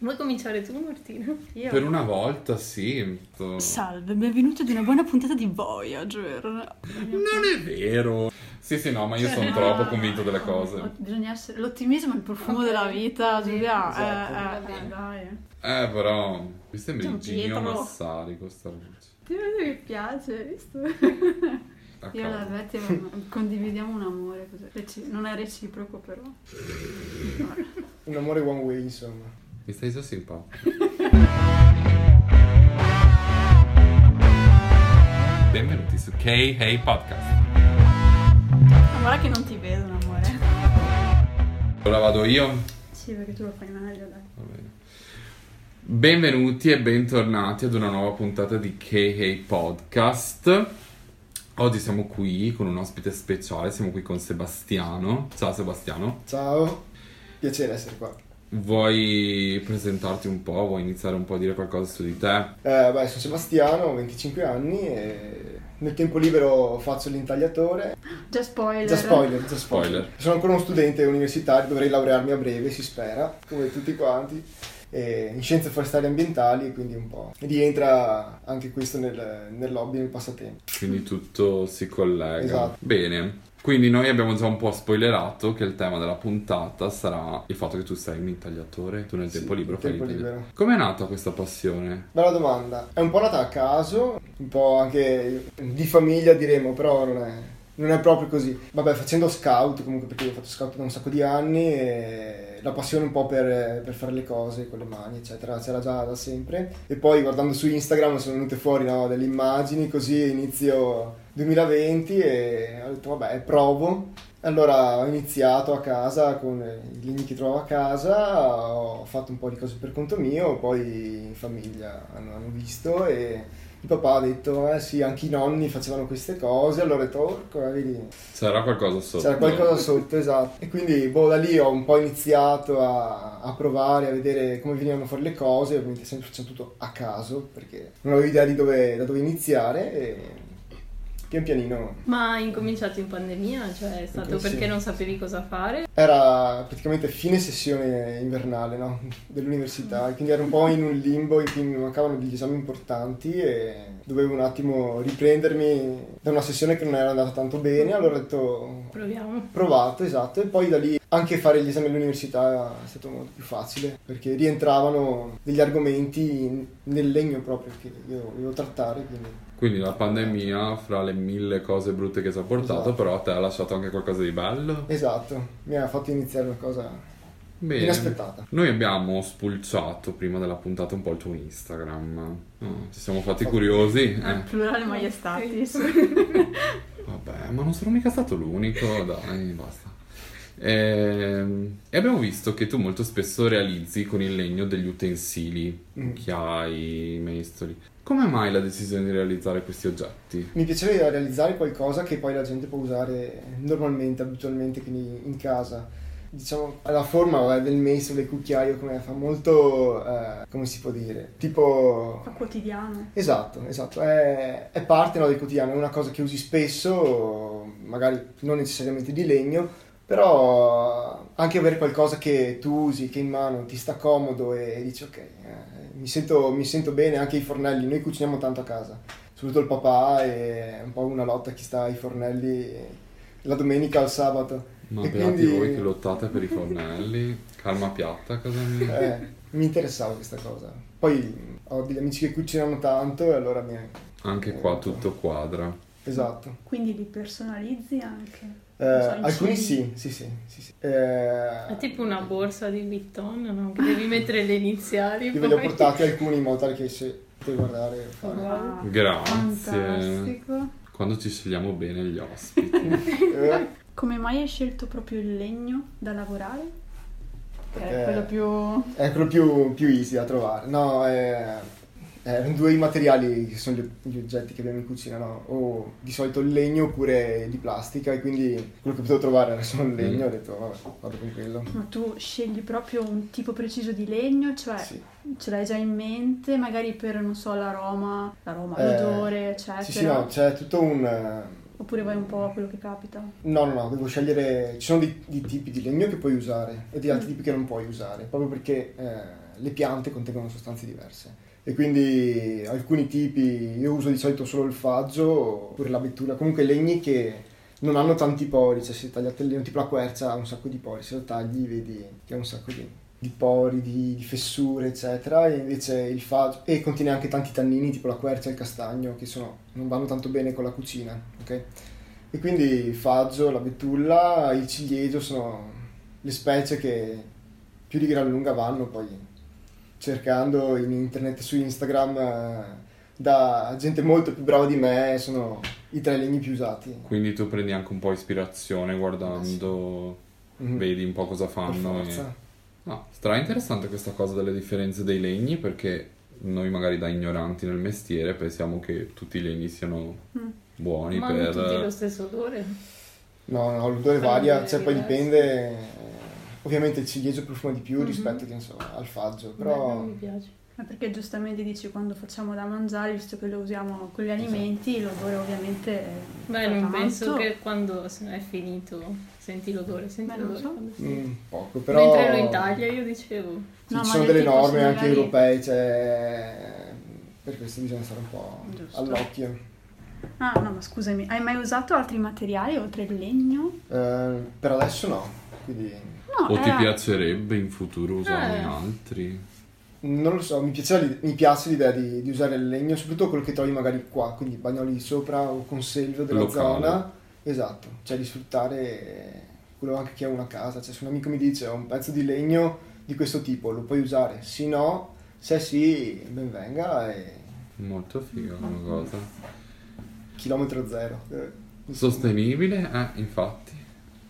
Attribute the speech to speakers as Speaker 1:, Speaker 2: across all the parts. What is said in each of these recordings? Speaker 1: Vuoi cominciare tu, Martina?
Speaker 2: Io.
Speaker 3: Per una volta sì. to-
Speaker 2: Salve, benvenuti ad una buona puntata di Voyager.
Speaker 3: Non è vero. Sì, sì, no, ma io sono
Speaker 2: no,
Speaker 3: troppo
Speaker 2: no,
Speaker 3: convinto delle
Speaker 2: no,
Speaker 3: cose.
Speaker 2: no, bisogna essere- L'ottimismo è il profumo
Speaker 1: Ok.
Speaker 2: della vita,
Speaker 1: Sì,
Speaker 2: Giulia.
Speaker 3: esatto.
Speaker 2: Eh, eh,
Speaker 1: Va bene.
Speaker 2: eh, dai.
Speaker 3: Eh, però. Mi sembra
Speaker 2: Gian
Speaker 3: Gino
Speaker 2: Pietro.
Speaker 3: Massari questa voce.
Speaker 2: Ti vedo che piace, hai visto?
Speaker 3: Ah,
Speaker 2: Io e la
Speaker 3: cavolo.
Speaker 2: Betty avevamo- condividiamo un amore. così. Reci- non è reciproco, però.
Speaker 4: Un amore one way, insomma.
Speaker 3: Mi stai già simpatico. Benvenuti su K-Hey Podcast.
Speaker 2: Ma Ah, Guarda che non ti vedo un amore.
Speaker 3: Ora vado io.
Speaker 2: Sì, perché tu lo fai meglio, dai.
Speaker 3: Va bene. Benvenuti e bentornati ad una nuova puntata di K-Hey Podcast. Oggi siamo qui con un ospite speciale, siamo qui con Sebastiano. Ciao Sebastiano,
Speaker 4: Ciao, piacere essere qua.
Speaker 3: vuoi presentarti un po', vuoi iniziare un po' a dire qualcosa su di te?
Speaker 4: Eh, beh, sono Sebastiano, ho 25 anni e nel tempo libero faccio l'intagliatore.
Speaker 2: Già spoiler.
Speaker 4: Già spoiler, già spoiler.
Speaker 3: Spoiler.
Speaker 4: Sono ancora uno studente universitario, dovrei laurearmi a breve, si spera, come tutti quanti. E in scienze forestali e ambientali, quindi un po'. Rientra anche questo nel, nel hobby, nel passatempo.
Speaker 3: Quindi tutto si collega.
Speaker 4: Esatto.
Speaker 3: Bene. Quindi noi abbiamo già un po' spoilerato che il tema della puntata sarà il fatto che tu sei un intagliatore, tu nel
Speaker 4: Sì,
Speaker 3: tempo libero
Speaker 4: nel
Speaker 3: fai
Speaker 4: tempo
Speaker 3: l'intagliatore.
Speaker 4: libero.
Speaker 3: Com'è nata questa passione?
Speaker 4: Bella domanda. È un po' nata a caso, un po' anche di famiglia diremmo, però non è, non è proprio così. Vabbè, facendo scout, comunque perché io ho fatto scout da un sacco di anni, e la passione un po' per, per fare le cose con le mani, eccetera, c'era già da sempre. E poi guardando su Instagram sono venute fuori no, delle immagini, così inizio 2020 e ho detto vabbè, provo. Allora ho iniziato a casa con i legni che trovavo a casa, ho fatto un po' di cose per conto mio, poi in famiglia hanno, hanno visto e il papà ha detto eh sì, anche i nonni facevano queste cose, allora ho detto "Orco, eh, vedi,
Speaker 3: C'era qualcosa sotto?
Speaker 4: c'era qualcosa sotto, esatto. E quindi boh, da lì ho un po' iniziato a, a provare, a vedere come venivano fuori le cose, ovviamente sempre facendo tutto a caso perché non avevo idea di dove, da dove iniziare e pian pianino
Speaker 1: Ma hai incominciato in pandemia? Cioè è stato
Speaker 4: Ok, Eh sì.
Speaker 1: perché non sapevi cosa fare?
Speaker 4: Era praticamente fine sessione invernale no? dell'università, e quindi ero un po' in un limbo in cui mi mancavano degli esami importanti e dovevo un attimo riprendermi da una sessione che non era andata tanto bene, allora ho detto
Speaker 1: Proviamo.
Speaker 4: provato, esatto, e poi da lì anche fare gli esami all'università è stato molto più facile perché rientravano degli argomenti in- nel legno proprio che io dovevo trattare, quindi
Speaker 3: Quindi la pandemia, fra le mille cose brutte che ci ha portato,
Speaker 4: Esatto.
Speaker 3: però te ha lasciato anche qualcosa di bello.
Speaker 4: esatto, mi ha fatto iniziare una cosa
Speaker 3: Bene.
Speaker 4: inaspettata.
Speaker 3: Noi abbiamo spulciato prima della puntata un po' il tuo Instagram. Oh, ci siamo fatti
Speaker 4: Fa-
Speaker 3: curiosi.
Speaker 2: Eh,
Speaker 3: Eh,
Speaker 2: Plurale maiestatis.
Speaker 3: vabbè, ma non sono mica stato l'unico. Dai, basta. Ehm, E abbiamo visto che tu molto spesso realizzi con il legno degli utensili,
Speaker 4: Mm.
Speaker 3: occhiai, mestoli. Come mai la decisione di realizzare questi oggetti?
Speaker 4: Mi piaceva realizzare qualcosa che poi la gente può usare normalmente, abitualmente, quindi in casa. Diciamo, la forma vabbè, del messo, del cucchiaio, come fa molto, eh, come si può dire, tipo...
Speaker 2: Fa quotidiano.
Speaker 4: Esatto, esatto, è, è parte no, del quotidiano, è una cosa che usi spesso, magari non necessariamente di legno, però anche avere qualcosa che tu usi, che in mano ti sta comodo e dici ok, eh, mi, sento, mi sento bene, anche i fornelli, noi cuciniamo tanto a casa, soprattutto il papà è un po' una lotta chi sta ai fornelli la domenica al sabato.
Speaker 3: Ma
Speaker 4: E
Speaker 3: beati
Speaker 4: quindi-
Speaker 3: voi che lottate per i fornelli, calma piatta, cosa mia.
Speaker 4: Eh, mi interessava questa cosa. Poi ho degli amici che cucinano tanto e allora mi...
Speaker 3: Anche qua tutto quadra.
Speaker 4: Esatto.
Speaker 2: Quindi li personalizzi anche.
Speaker 4: Eh,
Speaker 2: Non so, i
Speaker 4: alcuni sì,
Speaker 2: cibi.
Speaker 4: sì, sì, sì, sì. Eh,
Speaker 1: È tipo una borsa di Vitton, no? Che devi mettere le iniziali.
Speaker 4: Io ve ne ho
Speaker 1: poi.
Speaker 4: portati alcuni in modo tale che se potete guardare fare.
Speaker 2: Wow.
Speaker 3: Grazie.
Speaker 2: Fantastico.
Speaker 3: Quando ci scegliamo bene gli ospiti.
Speaker 4: Eh,
Speaker 2: Come mai hai scelto proprio il legno da lavorare? Che
Speaker 4: Perché-
Speaker 2: è quello più...
Speaker 4: è quello più, più easy da trovare. No, eh, erano due i materiali che sono gli, gli oggetti che abbiamo in cucina, no? O di solito il legno oppure di plastica e quindi quello che potevo trovare era solo il legno,
Speaker 3: Mm.
Speaker 4: ho detto vabbè, vado con quello.
Speaker 2: Ma tu scegli proprio un tipo preciso di legno, cioè
Speaker 4: Sì.
Speaker 2: ce l'hai già in mente, magari per, non so, l'aroma, l'aroma,
Speaker 4: Eh,
Speaker 2: l'odore, eccetera.
Speaker 4: Sì, sì, no, c'è tutto un... eh,
Speaker 2: Oppure vai un po' a quello che capita.
Speaker 4: No, no, no, devo scegliere. Ci sono dei, dei tipi di legno che puoi usare e di altri tipi che non puoi usare, proprio perché eh, le piante contengono sostanze diverse. E quindi alcuni tipi, io uso di solito solo il faggio oppure la vettura, comunque legni che non hanno tanti pori, cioè se tagliate il legno tipo la quercia ha un sacco di pori, se lo tagli vedi che ha un sacco di, di pori, di, di fessure eccetera, e invece il faggio, e contiene anche tanti tannini tipo la quercia e il castagno che sono, non vanno tanto bene con la cucina, ok? E quindi il faggio, la betulla, il ciliegio sono le specie che più di gran lunga vanno poi cercando in internet, su Instagram, eh, da gente molto più brava di me, sono i tre legni più usati.
Speaker 3: Quindi tu prendi anche un po' ispirazione guardando,
Speaker 4: Mhm.
Speaker 3: vedi un po' cosa
Speaker 4: Per
Speaker 3: fanno. eh. e-
Speaker 4: forza.
Speaker 3: No, stra interessante questa cosa delle differenze dei legni perché noi magari da ignoranti nel mestiere pensiamo che tutti i legni siano
Speaker 2: Mm.
Speaker 3: buoni
Speaker 1: Ma hanno
Speaker 3: per... eh,
Speaker 1: tutti lo stesso odore.
Speaker 4: No, no, l'odore
Speaker 1: Fanno
Speaker 4: varia,
Speaker 1: delle
Speaker 4: cioè poi
Speaker 1: diverse. Mhm.
Speaker 4: dipende. eh, Ovviamente il ciliegio profuma di più rispetto che ne so, al faggio,
Speaker 1: Beh,
Speaker 4: però
Speaker 1: non mi piace.
Speaker 2: Ma perché giustamente dici quando facciamo da mangiare, visto che lo usiamo con gli alimenti,
Speaker 4: Esatto.
Speaker 2: l'odore ovviamente...
Speaker 1: Beh,
Speaker 2: fa
Speaker 1: non
Speaker 2: tanto.
Speaker 1: penso che quando se no, è finito senti l'odore, senti
Speaker 2: Beh, non
Speaker 1: l'odore.
Speaker 2: so.
Speaker 1: quando si-
Speaker 4: mm, poco. Però
Speaker 1: Mentre ero in Italia io dicevo,
Speaker 4: sì,
Speaker 2: No,
Speaker 4: ci
Speaker 2: ma
Speaker 4: sono
Speaker 2: del
Speaker 4: delle
Speaker 2: tipo,
Speaker 4: norme
Speaker 2: se
Speaker 4: anche
Speaker 2: magari-
Speaker 4: europee, cioè, per questo bisogna stare un po'
Speaker 2: Giusto.
Speaker 4: all'occhio.
Speaker 2: Ah, no, ma scusami, hai mai usato altri materiali oltre il legno?
Speaker 4: Eh, per adesso no, quindi
Speaker 2: No, eh,
Speaker 3: O ti
Speaker 2: era-
Speaker 3: piacerebbe in futuro usarne
Speaker 1: Eh.
Speaker 3: altri?
Speaker 4: non lo so, mi piace, l'ide- mi piace l'idea di, di usare il legno, soprattutto quello che trovi magari qua, quindi bagnoli di sopra o conserve della
Speaker 3: Locale.
Speaker 4: zona. Esatto, cioè di sfruttare quello anche che ha una casa, cioè se un amico mi dice ho un pezzo di legno di questo tipo, lo puoi usare? Sì, no, se sì, ben venga e
Speaker 3: Molto figa come cosa.
Speaker 4: chilometro zero. Eh,
Speaker 3: Sostenibile? Eh, infatti.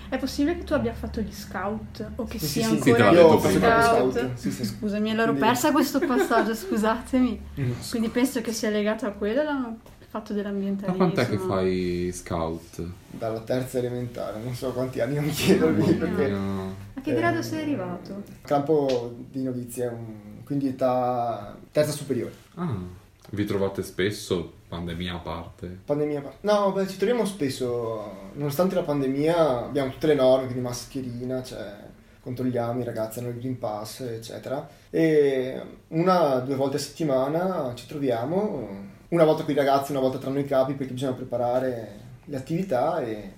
Speaker 2: È possibile che tu abbia fatto gli scout o che
Speaker 4: Sì, sì,
Speaker 2: sia
Speaker 4: sì, sì,
Speaker 3: te l'ha
Speaker 2: ancora
Speaker 3: detto
Speaker 2: gli
Speaker 3: prima.
Speaker 4: Io ho fatto
Speaker 2: scout?
Speaker 4: gli scout, sì, sì.
Speaker 2: Scusami, l'ero
Speaker 4: Quindi-
Speaker 2: persa questo passaggio, scusatemi.
Speaker 4: Mm.
Speaker 2: Quindi penso che sia legato a quello il fatto
Speaker 3: Ma
Speaker 2: dell'ambientalismo.
Speaker 3: quant'è che fai scout?
Speaker 4: Dalla terza elementare, non so quanti anni non chiedermi
Speaker 3: Mamma
Speaker 4: perché...
Speaker 3: mia.
Speaker 2: A che grado sei arrivato?
Speaker 4: Ehm, Campo di novizie, un- quindi età terza superiore.
Speaker 3: Ah, vi trovate spesso, pandemia a parte?
Speaker 4: Pandemia. par- No, beh, ci troviamo spesso, nonostante la pandemia, abbiamo tutte le norme, quindi mascherina, cioè, controlliamo i ragazzi, hanno il Green Pass, eccetera. E una, due volte a settimana ci troviamo, una volta con i ragazzi, una volta tra noi capi, perché bisogna preparare le attività e...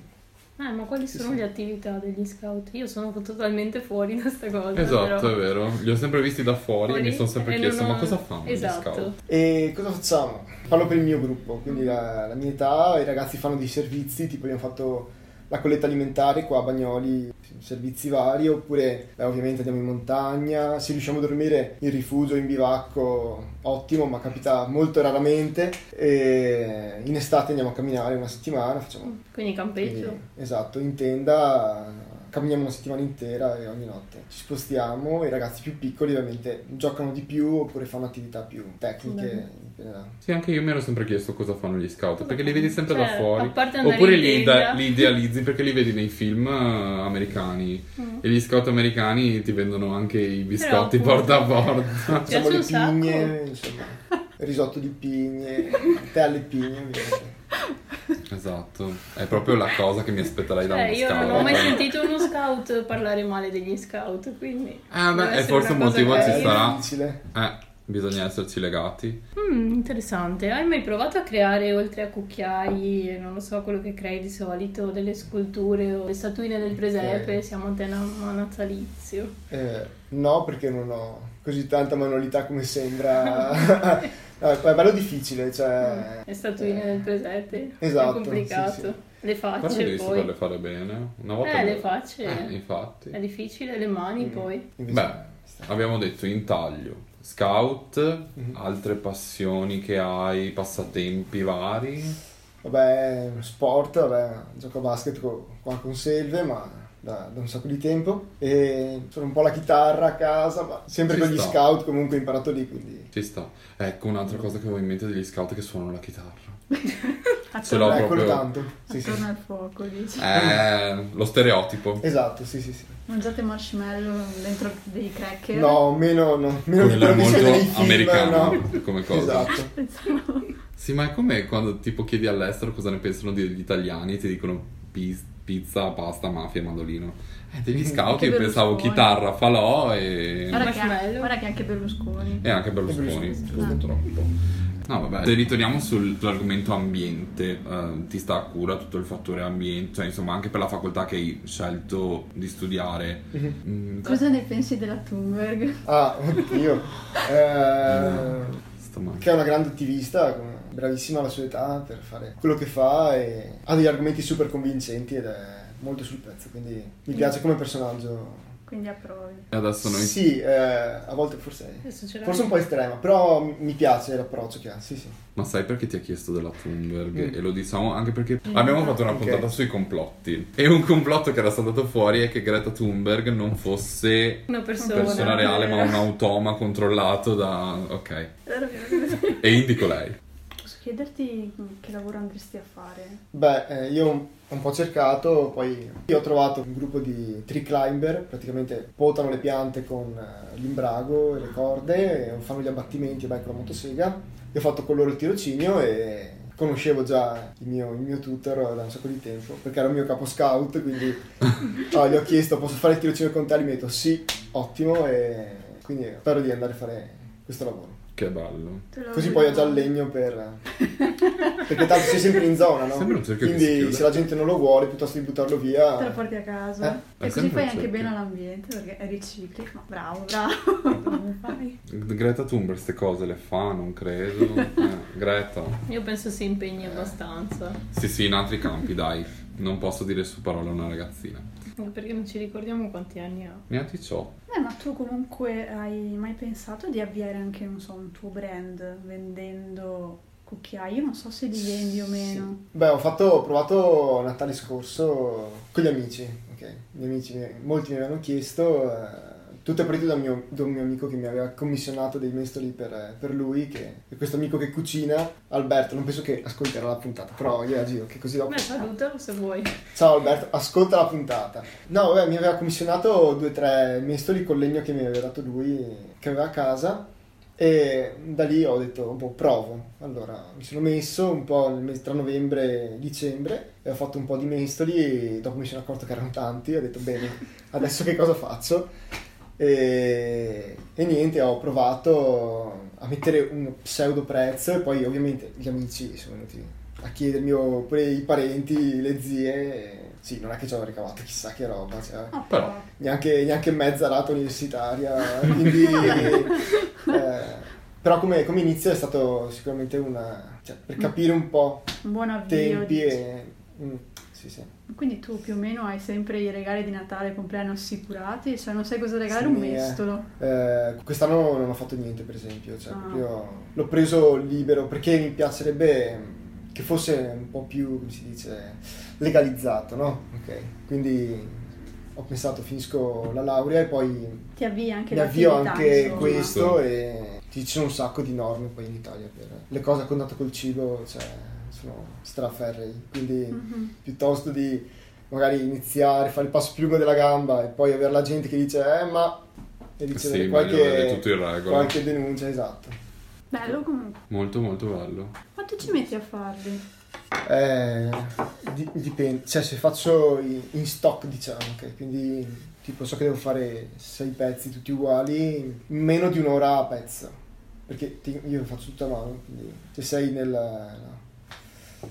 Speaker 1: ah, ma quali
Speaker 4: Sì,
Speaker 1: sono
Speaker 4: sì.
Speaker 1: le attività degli scout? Io sono totalmente fuori da sta cosa.
Speaker 3: Esatto,
Speaker 1: però.
Speaker 3: è vero. Li ho sempre visti da fuori, e mi sono sempre
Speaker 1: e
Speaker 3: chiesto,
Speaker 1: non ho-
Speaker 3: ma cosa fanno
Speaker 1: Esatto.
Speaker 3: gli scout?
Speaker 4: E cosa facciamo? Parlo per il mio gruppo, quindi la, la mia età, i ragazzi fanno dei servizi, tipo abbiamo fatto la colletta alimentare qua a Bagnoli, servizi vari, oppure beh, ovviamente andiamo in montagna, se riusciamo a dormire in rifugio, in bivacco, ottimo, ma capita molto raramente. E in estate andiamo a camminare una settimana, facciamo...
Speaker 1: Quindi campeggio.
Speaker 4: quindi, esatto, in tenda camminiamo una settimana intera e ogni notte ci spostiamo, i ragazzi più piccoli ovviamente giocano di più oppure fanno attività più tecniche.
Speaker 1: Bene.
Speaker 4: dipende da-
Speaker 3: Sì, anche io mi ero sempre chiesto cosa fanno gli scout, perché li vedi sempre da
Speaker 1: Cioè,
Speaker 3: fuori.
Speaker 1: a parte andare
Speaker 3: Oppure
Speaker 1: in
Speaker 3: li,
Speaker 1: tenda.
Speaker 3: ida- li idealizzi perché li vedi nei film eh, americani.
Speaker 1: Mm.
Speaker 3: E gli scout americani ti vendono anche i biscotti
Speaker 1: appunto-
Speaker 3: porta a porta.
Speaker 4: Facciamo le
Speaker 1: piace un
Speaker 4: pigne, insomma, risotto di pigne, tè alle pigne, ovviamente.
Speaker 3: Esatto, è proprio la cosa che mi aspetterei da
Speaker 1: Cioè,
Speaker 3: uno
Speaker 1: io
Speaker 3: Eh, scout.
Speaker 1: non ho mai sentito uno scout parlare male degli scout, quindi...
Speaker 3: Ah,
Speaker 1: deve
Speaker 3: beh, e
Speaker 1: essere
Speaker 3: forse un
Speaker 1: una cosa
Speaker 3: motivo ci
Speaker 1: carina.
Speaker 3: sarà.
Speaker 4: È difficile.
Speaker 3: Eh, bisogna esserci legati.
Speaker 1: Mm, interessante. Hai mai provato a creare, oltre a cucchiai, e non lo so, quello che crei di solito, delle sculture o le statuine del presepe?
Speaker 4: Ok.
Speaker 1: Siamo a te na- a natalizio.
Speaker 4: Eh, no, perché non ho così tanta manualità come sembra. No, è bello difficile, cioè...
Speaker 1: Le statuine
Speaker 4: eh,
Speaker 1: del presepe.
Speaker 4: esatto,
Speaker 1: È complicato.
Speaker 4: sì,
Speaker 1: Le
Speaker 3: Però
Speaker 1: facce
Speaker 3: devi
Speaker 1: poi.
Speaker 3: saperle fare bene. Una volta
Speaker 1: Eh, le facce.
Speaker 3: Eh, infatti.
Speaker 1: È difficile, le mani
Speaker 4: Mm.
Speaker 1: poi.
Speaker 4: invece-
Speaker 3: Beh. Abbiamo detto intaglio, scout,
Speaker 4: Mhm.
Speaker 3: altre passioni che hai, passatempi vari.
Speaker 4: Vabbè, sport, vabbè, gioco a basket co- qua con Selve, ma da, da un sacco di tempo. E sono un po' la chitarra a casa, ma sempre
Speaker 3: Ci
Speaker 4: con gli
Speaker 3: sta.
Speaker 4: scout comunque ho imparato lì, quindi...
Speaker 3: Ci sta. Ecco un'altra cosa che avevo in mente degli scout è che suonano la chitarra. Ce l'ho
Speaker 2: Attorno,
Speaker 4: Beh, Eh, quello
Speaker 3: proprio.
Speaker 4: tanto. Sì, sì.
Speaker 2: attorno al fuoco, dici.
Speaker 3: Eh, lo stereotipo.
Speaker 4: Esatto, sì, sì, sì.
Speaker 2: Mangiate marshmallow dentro dei cracker.
Speaker 4: No, meno, no, meno
Speaker 3: Quello
Speaker 4: di quello
Speaker 3: è
Speaker 4: che si
Speaker 3: molto
Speaker 4: vede nei film,
Speaker 3: americano
Speaker 4: no?
Speaker 3: come cosa.
Speaker 4: Esatto.
Speaker 3: Sì, ma è come quando tipo chiedi all'estero cosa ne pensano degli italiani e ti dicono pis- pizza, pasta, mafia e mandolino. Eh, Degli scout
Speaker 2: Anche
Speaker 3: io pensavo
Speaker 2: Berlusconi.
Speaker 3: chitarra, falò e...
Speaker 2: Guarda che,
Speaker 1: Marshmallow.
Speaker 2: guarda che anche Berlusconi.
Speaker 4: Eh.
Speaker 3: E anche Berlusconi,
Speaker 4: Berlusconi,
Speaker 3: scusa troppo. No, vabbè, se ritorniamo sul- sull'argomento ambiente, eh, ti sta a cura tutto il fattore ambiente, cioè insomma anche per la facoltà che hai scelto di studiare.
Speaker 4: Mm-hmm.
Speaker 3: Mm,
Speaker 2: Cosa ne pensi della Thunberg?
Speaker 4: Ah, oddio. Eh,
Speaker 3: sto male.
Speaker 4: che è una grande attivista, bravissima alla sua età per fare quello che fa e ha degli argomenti super convincenti ed è molto sul pezzo, quindi mi piace come personaggio.
Speaker 2: Quindi approvi.
Speaker 3: E adesso noi...
Speaker 4: Sì, eh, a volte forse,
Speaker 1: Adesso ce l'hai.
Speaker 4: forse un po' estrema, però mi piace l'approccio che ha, sì sì.
Speaker 3: Ma sai perché ti ha chiesto della Thunberg?
Speaker 4: Mm.
Speaker 3: E lo diciamo anche perché abbiamo fatto una
Speaker 4: ok.
Speaker 3: puntata sui complotti. E un complotto che era stato fuori è che Greta Thunberg non fosse
Speaker 1: Una persona.
Speaker 3: persona reale ma un automa controllato da... Ok.
Speaker 2: Allora, Posso
Speaker 3: E indico lei.
Speaker 2: chiederti che lavoro andresti a fare?
Speaker 4: Beh, eh, io ho un po' cercato, poi io ho trovato un gruppo di tree climber, praticamente potano le piante con eh, l'imbrago e le corde, e fanno gli abbattimenti beh, con la motosega. Io ho fatto con loro il tirocinio e conoscevo già il mio, il mio tutor da un sacco di tempo, perché era il mio capo scout, quindi no, gli ho chiesto posso fare il tirocinio con te? E mi ha detto sì, ottimo, e quindi spero di andare a fare questo lavoro.
Speaker 3: Che bello.
Speaker 2: Tu lavori-
Speaker 4: Così poi ho già il legno per... Perché tanto sei sempre in zona, no?
Speaker 3: Sembra un cerchio che si
Speaker 4: Quindi
Speaker 3: chiude.
Speaker 4: se la gente non lo vuole, piuttosto di buttarlo
Speaker 2: Te lo
Speaker 4: via...
Speaker 2: porti a casa.
Speaker 3: Eh, sempre
Speaker 2: e così fai
Speaker 3: un
Speaker 2: anche
Speaker 3: cerchio.
Speaker 2: bene all'ambiente perché ricicli. Ma bravo, bravo. Come fai?
Speaker 3: Greta Thunberg queste cose le fa, non credo. Eh, Greta.
Speaker 1: Io penso si impegni abbastanza.
Speaker 3: Sì, sì, in altri campi, dai. Non posso dire su parola a una ragazzina.
Speaker 1: Anche perché non ci ricordiamo quanti anni ha.
Speaker 3: Ne ha 18.
Speaker 2: Beh, Eh, ma tu comunque hai mai pensato di avviare anche, non so, un tuo brand vendendo cucchiai? Io non so se li vendi o meno.
Speaker 4: Beh, ho, fatto, ho provato Natale scorso con gli amici, ok? Gli amici, mi- molti mi avevano chiesto, eh, tutto è partito da un mio, da un mio amico che mi aveva commissionato dei mestoli per, eh, per lui, che è questo amico che cucina, Alberto, non penso che ascolterà la puntata, però gliela giro, che così dopo...
Speaker 1: Beh, salutalo se vuoi.
Speaker 4: Ciao Alberto, ascolta la puntata. No, vabbè, mi aveva commissionato due o tre mestoli col legno che mi aveva dato lui, che aveva a casa, e da lì ho detto, boh, provo. Allora, mi sono messo un po' nel mese- tra novembre e dicembre, e ho fatto un po' di mestoli, e dopo mi sono accorto che erano tanti, e ho detto, bene, adesso che cosa faccio? E, e niente, ho provato a mettere un pseudo prezzo e poi ovviamente gli amici sono venuti a chiedermi oppure i parenti, le zie. Sì, non è che ci ho ricavato chissà che roba, cioè,
Speaker 2: Ah,
Speaker 3: Però-
Speaker 4: neanche, neanche mezza rata universitaria. Quindi, eh, però come, come inizio è stato sicuramente una... Cioè, per capire un po'
Speaker 2: Un buon avvio.
Speaker 4: tempi
Speaker 2: dici.
Speaker 4: e... mm, sì, sì.
Speaker 2: Quindi tu più o meno hai sempre i regali di Natale e compleanno assicurati, cioè non sai cosa regalare
Speaker 4: Sì,
Speaker 2: un
Speaker 4: eh.
Speaker 2: mestolo.
Speaker 4: Eh, quest'anno non ho fatto niente, per esempio. Cioè,
Speaker 2: Ah.
Speaker 4: proprio l'ho preso libero perché mi piacerebbe mm, che fosse un po' più, come si dice, legalizzato, no? Ok. Quindi ho pensato finisco la laurea e poi
Speaker 2: Ti avvii anche
Speaker 4: mi avvio
Speaker 2: l'attività,
Speaker 4: anche
Speaker 2: insomma.
Speaker 4: questo e ci sono un sacco di norme poi in Italia per le cose a contatto col cibo, cioè, sono straferrei. Quindi
Speaker 2: Mhm.
Speaker 4: piuttosto di magari iniziare, fare il passo più lungo della gamba e poi avere la gente che dice eh ma e ricevere
Speaker 3: Sì, meglio avere
Speaker 4: qualche,
Speaker 3: tutto in regola.
Speaker 4: qualche denuncia, esatto.
Speaker 2: Bello comunque.
Speaker 3: Molto, molto bello.
Speaker 2: Quanto ci metti a farli?
Speaker 4: Eh, di- dipende, cioè se faccio i- in stock diciamo, ok, quindi tipo so che devo fare sei pezzi tutti uguali, in meno di un'ora a pezzo, perché ti- io lo faccio tutta a mano, quindi se sei nel,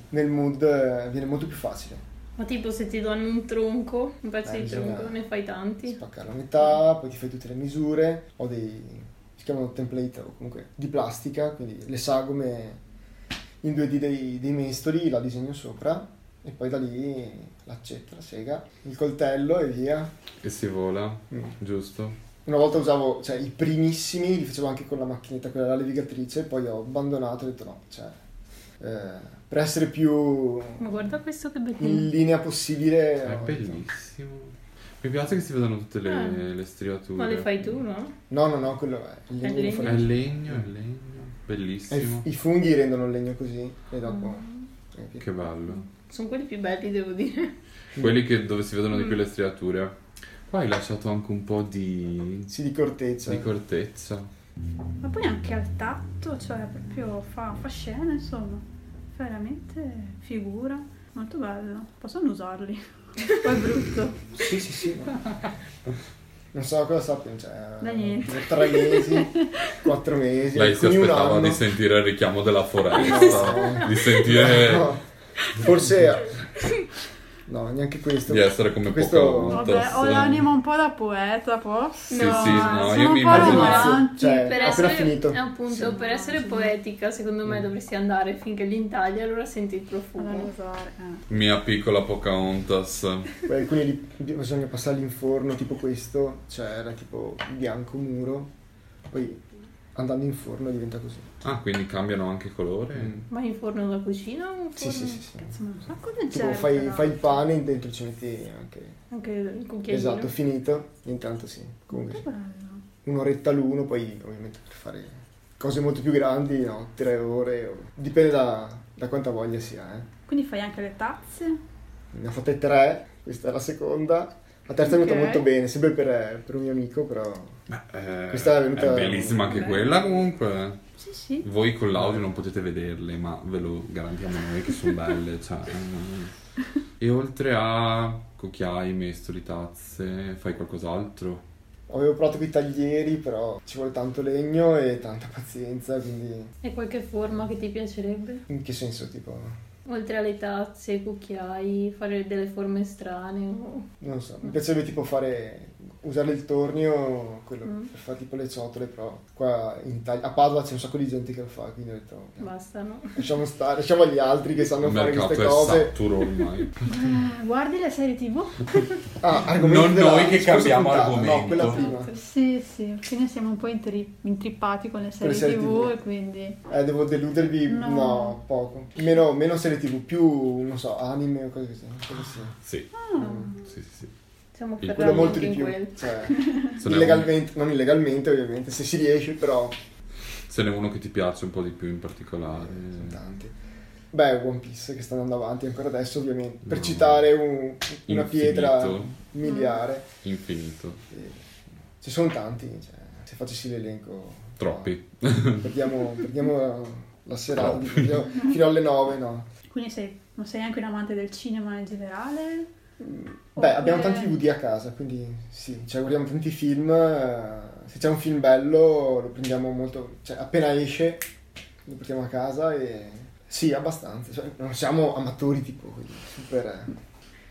Speaker 4: nel mood eh, viene molto più facile.
Speaker 1: Ma tipo se ti danno un tronco, un pezzo
Speaker 4: Eh,
Speaker 1: di
Speaker 4: bisogna-
Speaker 1: tronco, ne fai tanti.
Speaker 4: spaccarlo a metà, poi ti fai tutte le misure, ho dei si chiamano template o comunque di plastica, quindi le sagome in 2D dei, dei mestoli, la disegno sopra e poi da lì l'accetta, la sega, il coltello e via.
Speaker 3: E si vola,
Speaker 4: Mm.
Speaker 3: giusto?
Speaker 4: Una volta usavo, cioè i primissimi li facevo anche con la macchinetta, quella la levigatrice, poi ho abbandonato e ho detto no, cioè eh, per essere più
Speaker 1: Ma guarda questo che
Speaker 4: in
Speaker 1: bellino.
Speaker 4: linea possibile
Speaker 3: È
Speaker 4: ho detto,
Speaker 3: bellissimo. Mi piace che si vedano tutte le, le striature.
Speaker 1: Ah, Ma le fai tu, no?
Speaker 4: No, no, no, quello è il
Speaker 1: È
Speaker 4: legno. di
Speaker 1: legno.
Speaker 3: È
Speaker 4: foresta.
Speaker 3: legno, è legno.
Speaker 4: E i-
Speaker 3: Bellissimo.
Speaker 4: I funghi rendono il legno così e dopo...
Speaker 2: Mm.
Speaker 4: eh, capito?
Speaker 3: Che bello.
Speaker 1: Sono quelli più belli, devo dire.
Speaker 3: Quelli che, dove si vedono di
Speaker 1: Mm.
Speaker 3: più le striature. Qua hai lasciato anche un po' di,
Speaker 4: Sì, di corteccia.
Speaker 3: di cortezza.
Speaker 2: Ma poi anche al tatto, cioè proprio fa, fa scena, insomma. Fa veramente figura. Molto bello. Possono usarli. Poi è brutto.
Speaker 4: Sì, sì, sì. no. Non so cosa sappiano, cioè...
Speaker 2: Da niente.
Speaker 4: Tre mesi, quattro mesi,
Speaker 3: Lei si
Speaker 4: alcuni un
Speaker 3: aspettava
Speaker 4: anno.
Speaker 3: di sentire il richiamo della foresta,
Speaker 4: No.
Speaker 3: di sentire
Speaker 4: No. Forse... No, neanche questo.
Speaker 3: di essere come
Speaker 4: Questo-
Speaker 3: Pocahontas.
Speaker 2: Vabbè, ho l'anima un po' da poeta,
Speaker 3: Sì,
Speaker 2: posso?
Speaker 3: sì, no,
Speaker 2: sono
Speaker 3: io
Speaker 2: un
Speaker 3: mi
Speaker 2: po'
Speaker 3: immagino-
Speaker 2: romantica.
Speaker 4: Cioè,
Speaker 1: Per
Speaker 4: appena
Speaker 1: essere,
Speaker 4: finito.
Speaker 1: eh, appunto,
Speaker 2: Sì.
Speaker 1: per essere
Speaker 2: Sì.
Speaker 1: poetica, secondo me
Speaker 3: Mm.
Speaker 1: dovresti andare finché l'Italia, allora senti il profumo.
Speaker 2: Allora, usare, eh.
Speaker 3: Mia piccola Pocahontas.
Speaker 4: Poi Alcuni li- li- bisogna passarli in forno, tipo questo, cioè era tipo bianco muro, poi andando in forno diventa così.
Speaker 3: Ah, quindi cambiano anche colore?
Speaker 4: Mm.
Speaker 1: Ma in forno alla cucina? o in
Speaker 4: Sì, sì,
Speaker 1: forno-
Speaker 4: sì, sì.
Speaker 2: Cazzo, ma un sacco di
Speaker 4: Tipo
Speaker 2: gente,
Speaker 4: fai,
Speaker 2: Certo, no?
Speaker 4: fai il pane e dentro ci metti anche...
Speaker 1: Anche il cucchiaino.
Speaker 4: Esatto, finito. Intanto sì, comunque
Speaker 2: Che
Speaker 4: sì.
Speaker 2: bello.
Speaker 4: un'oretta l'uno, poi ovviamente per fare cose molto più grandi, no, tre ore, o- dipende da, da quanta voglia si ha. Eh.
Speaker 2: Quindi fai anche le tazze?
Speaker 4: Ne ho fatte tre, questa è la seconda. La terza è
Speaker 2: Ok.
Speaker 4: venuta molto bene, sempre per, per un mio amico, però...
Speaker 3: Eh,
Speaker 4: Questa è venuta- Mm.
Speaker 3: bellissima anche
Speaker 2: Beh.
Speaker 3: quella comunque.
Speaker 2: Sì, sì.
Speaker 3: Voi con l'audio non potete vederle, ma ve lo garantiamo noi che sono belle. cioè, eh. E oltre a cucchiai, mestoli, tazze, fai qualcos'altro?
Speaker 4: Avevo provato con i taglieri, però ci vuole tanto legno e tanta pazienza, quindi...
Speaker 1: E qualche forma che ti piacerebbe?
Speaker 4: In che senso, tipo...
Speaker 1: Oltre alle tazze, ai cucchiai, fare delle forme strane. o-
Speaker 4: Non so,
Speaker 1: Mm.
Speaker 4: mi piacerebbe tipo fare... Usare il tornio quello,
Speaker 1: Mm.
Speaker 4: per fare tipo le ciotole, però qua in Italia, a Padova c'è un sacco di gente che lo fa, quindi ho detto... no.
Speaker 1: Basta, no?
Speaker 4: Lasciamo stare, lasciamo agli altri che sanno
Speaker 3: Il
Speaker 4: fare
Speaker 3: mercato esatto.
Speaker 4: queste
Speaker 3: è
Speaker 4: cose.
Speaker 3: saturo ormai.
Speaker 4: Mm.
Speaker 2: Eh, guardi le serie tv?
Speaker 4: Ah, argomenti
Speaker 3: Non
Speaker 4: della
Speaker 3: noi che
Speaker 4: scorsa
Speaker 3: cambiamo
Speaker 4: puntata,
Speaker 3: argomento.
Speaker 4: No, quella prima.
Speaker 1: Esatto.
Speaker 2: Sì, sì. Quindi siamo un po' intri- intrippati con le serie,
Speaker 4: serie
Speaker 2: TV,
Speaker 4: TV.
Speaker 2: e quindi...
Speaker 4: Eh, devo deludervi?
Speaker 2: No.
Speaker 4: No, poco. Meno, meno serie tv, più, non so, anime o cose così. Cose così.
Speaker 3: Sì,
Speaker 2: Ah,
Speaker 3: sì, sì. sì.
Speaker 1: Siamo
Speaker 3: Quello
Speaker 1: ferrati
Speaker 4: Quello
Speaker 3: Però
Speaker 4: molto
Speaker 1: anche
Speaker 4: di
Speaker 1: in
Speaker 4: più.
Speaker 1: quello.
Speaker 4: Cioè,
Speaker 3: Se n'è un-
Speaker 4: illegalmente, non illegalmente ovviamente, se si riesce però...
Speaker 3: se n'è uno che ti piace un po' di più in particolare.
Speaker 4: Sono tanti. Beh, One Piece che sta andando avanti ancora adesso ovviamente. Per
Speaker 3: No.
Speaker 4: citare un- una
Speaker 3: Infinito.
Speaker 4: pietra miliare.
Speaker 3: Infinito.
Speaker 4: E Ci sono tanti, cioè, se facessi l'elenco...
Speaker 3: Troppi.
Speaker 4: Perdiamo, perdiamo la serata di- perdiamo- fino alle 9, no?
Speaker 2: Quindi sei, ma sei anche un amante del cinema in generale?
Speaker 4: Beh, abbiamo
Speaker 2: Oppure-
Speaker 4: tanti DVD a casa, quindi sì, cioè guardiamo tanti film. eh, Se c'è un film bello lo prendiamo molto, cioè appena esce lo portiamo a casa e sì, abbastanza. Cioè, non siamo amatori tipo quelli super eh,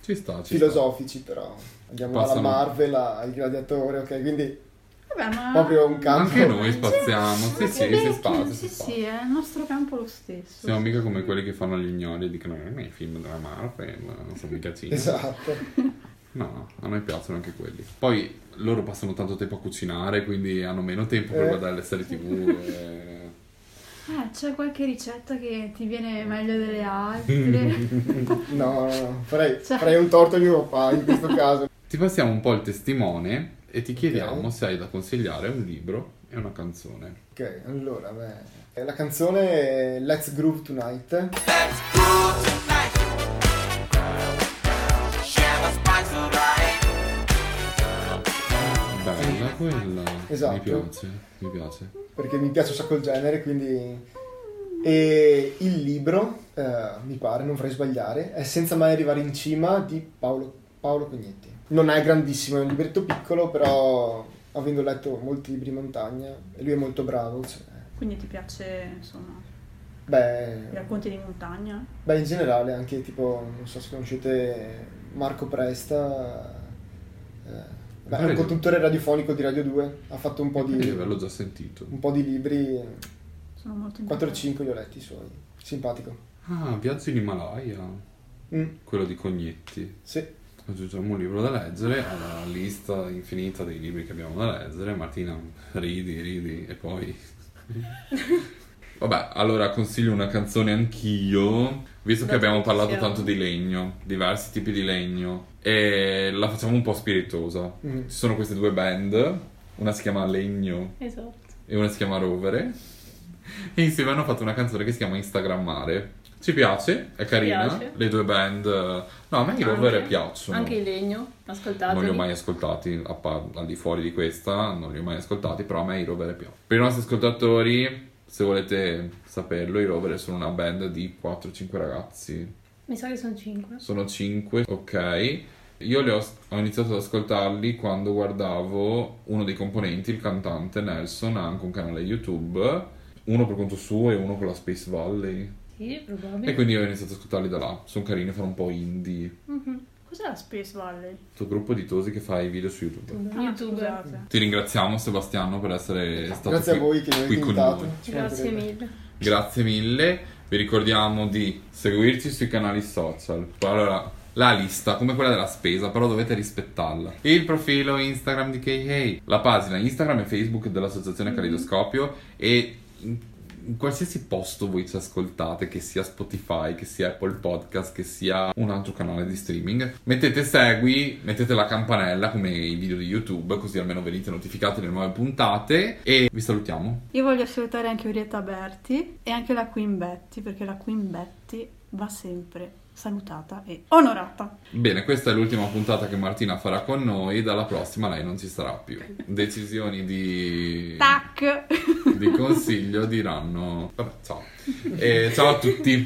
Speaker 3: Ci sta, ci
Speaker 4: filosofici, però andiamo alla
Speaker 3: Passano.
Speaker 4: Marvel, a- al gladiatore, ok? Quindi
Speaker 2: Vabbè, ma... Eh, certo,
Speaker 4: proprio un
Speaker 3: sta.
Speaker 4: campo.
Speaker 3: Anche noi
Speaker 2: Sì,
Speaker 3: spaziamo. Sì,
Speaker 2: ma
Speaker 3: sì,
Speaker 2: che
Speaker 3: si
Speaker 2: vecchi,
Speaker 3: spazia. si
Speaker 2: Sì,
Speaker 3: spazia.
Speaker 2: sì, è il nostro campo lo stesso.
Speaker 3: Siamo mica come quelli che fanno gli ignori e dicono "Eh, ma i film della Marvel, non sono mica cinema.
Speaker 4: Esatto.
Speaker 3: No, no, a noi piacciono anche quelli. Poi loro passano tanto tempo a cucinare, quindi hanno meno tempo per
Speaker 4: Eh.
Speaker 3: guardare le serie tv. e-
Speaker 2: Eh, c'è qualche ricetta che ti viene meglio delle altre?
Speaker 4: No, no, no, farei,
Speaker 2: Cioè-
Speaker 4: farei un torto a mio papà in questo caso.
Speaker 3: Ti passiamo un po' il testimone e ti chiediamo
Speaker 4: Ok.
Speaker 3: se hai da consigliare un libro e una canzone.
Speaker 4: Ok, allora, beh, Eh, la canzone è Let's Groove Tonight.
Speaker 5: Let's go tonight. Share the sparks of light.
Speaker 3: Bella quella.
Speaker 4: Esatto.
Speaker 3: Mi piace, mi piace.
Speaker 4: perché mi piace un sacco il genere, quindi... E il libro, eh, mi pare, non vorrei sbagliare, è Senza mai arrivare in cima di Paolo, Paolo Cognetti. Non è grandissimo, è un libretto piccolo, però avendo letto molti libri in montagna, e lui è molto bravo, cioè,
Speaker 2: Quindi ti piace, insomma, i
Speaker 4: beh,
Speaker 2: racconti di montagna?
Speaker 4: beh, in generale anche tipo, non so se conoscete Marco Presta, eh, beh, è un
Speaker 3: Radio-
Speaker 4: conduttore radiofonico di Radio 2, ha fatto un po' di,
Speaker 3: Io ve l'ho Eh, già sentito.
Speaker 4: un po' di libri,
Speaker 2: Sono molto
Speaker 4: 4 o
Speaker 2: interessante.
Speaker 4: 5 li ho letti i suoi, simpatico.
Speaker 3: Ah, Viaggio in Himalaya,
Speaker 4: Mm,
Speaker 3: quello di Cognetti.
Speaker 4: sì.
Speaker 3: Aggiungiamo un libro da leggere alla lista infinita dei libri che abbiamo da leggere. Martina, ridi, ridi e poi... Vabbè, allora consiglio una canzone anch'io, visto che
Speaker 1: Dato
Speaker 3: abbiamo
Speaker 1: che
Speaker 3: parlato
Speaker 1: siamo.
Speaker 3: tanto di legno, diversi tipi di legno, e la facciamo un po' spiritosa.
Speaker 4: Mm.
Speaker 3: Ci sono queste due band, una si chiama Legno
Speaker 1: Esatto.
Speaker 3: e una si chiama Rovere, e insieme hanno fatto una canzone che si chiama Instagrammare. Ci piace, è carina,
Speaker 1: piace.
Speaker 3: le due band... eh, No, a me i Rovere piacciono.
Speaker 1: Anche il legno, ascoltate.
Speaker 3: Non li ho mai ascoltati, a par- al di fuori di questa, non li ho mai ascoltati, però a me i Rover piacciono. Per i nostri ascoltatori, se volete saperlo, i Rover sono una band di 4-5 ragazzi
Speaker 1: Mi sa che sono 5.
Speaker 3: Sono 5, ok. Io li ho, ho iniziato ad ascoltarli quando guardavo uno dei componenti, il cantante Nelson, ha anche un canale YouTube, uno per conto suo e uno con la Space Valley.
Speaker 1: Sì,
Speaker 3: E
Speaker 1: probabile.
Speaker 3: quindi ho iniziato ad ascoltarli da là. Sono carini, fanno un po' indie.
Speaker 1: Mhm.
Speaker 2: Cos'è la Space Valley?
Speaker 3: Questo gruppo di tosi che fa i video su YouTube.
Speaker 1: Tu,
Speaker 2: Ah,
Speaker 1: YouTube.
Speaker 2: scusate.
Speaker 3: Ti ringraziamo Sebastiano per essere stato
Speaker 4: Grazie a
Speaker 3: qui-
Speaker 4: voi che mi avete
Speaker 3: qui con
Speaker 4: invitato.
Speaker 3: noi.
Speaker 4: Ci
Speaker 1: Grazie
Speaker 4: mancherebbe.
Speaker 1: mille.
Speaker 3: Grazie mille. Vi ricordiamo di seguirci sui canali social. Allora, la lista, come quella della spesa, però dovete rispettarla. Il profilo Instagram di KHey, la pagina Instagram e Facebook dell'associazione Calidoscopio e in, in qualsiasi posto voi ci ascoltate, che sia Spotify, che sia Apple Podcast, che sia un altro canale di streaming, mettete segui, mettete la campanella come i video di YouTube, così almeno venite notificati delle nuove puntate e vi salutiamo.
Speaker 2: Io voglio salutare anche Urietta Berti e anche la Queen Betty, perché la Queen Betty va sempre salutata e onorata.
Speaker 3: Bene, questa è l'ultima puntata che Martina farà con noi, dalla prossima lei non ci sarà più. Decisioni di,
Speaker 2: Tac!
Speaker 3: di consiglio diranno... Vabbè, ciao. E ciao a tutti.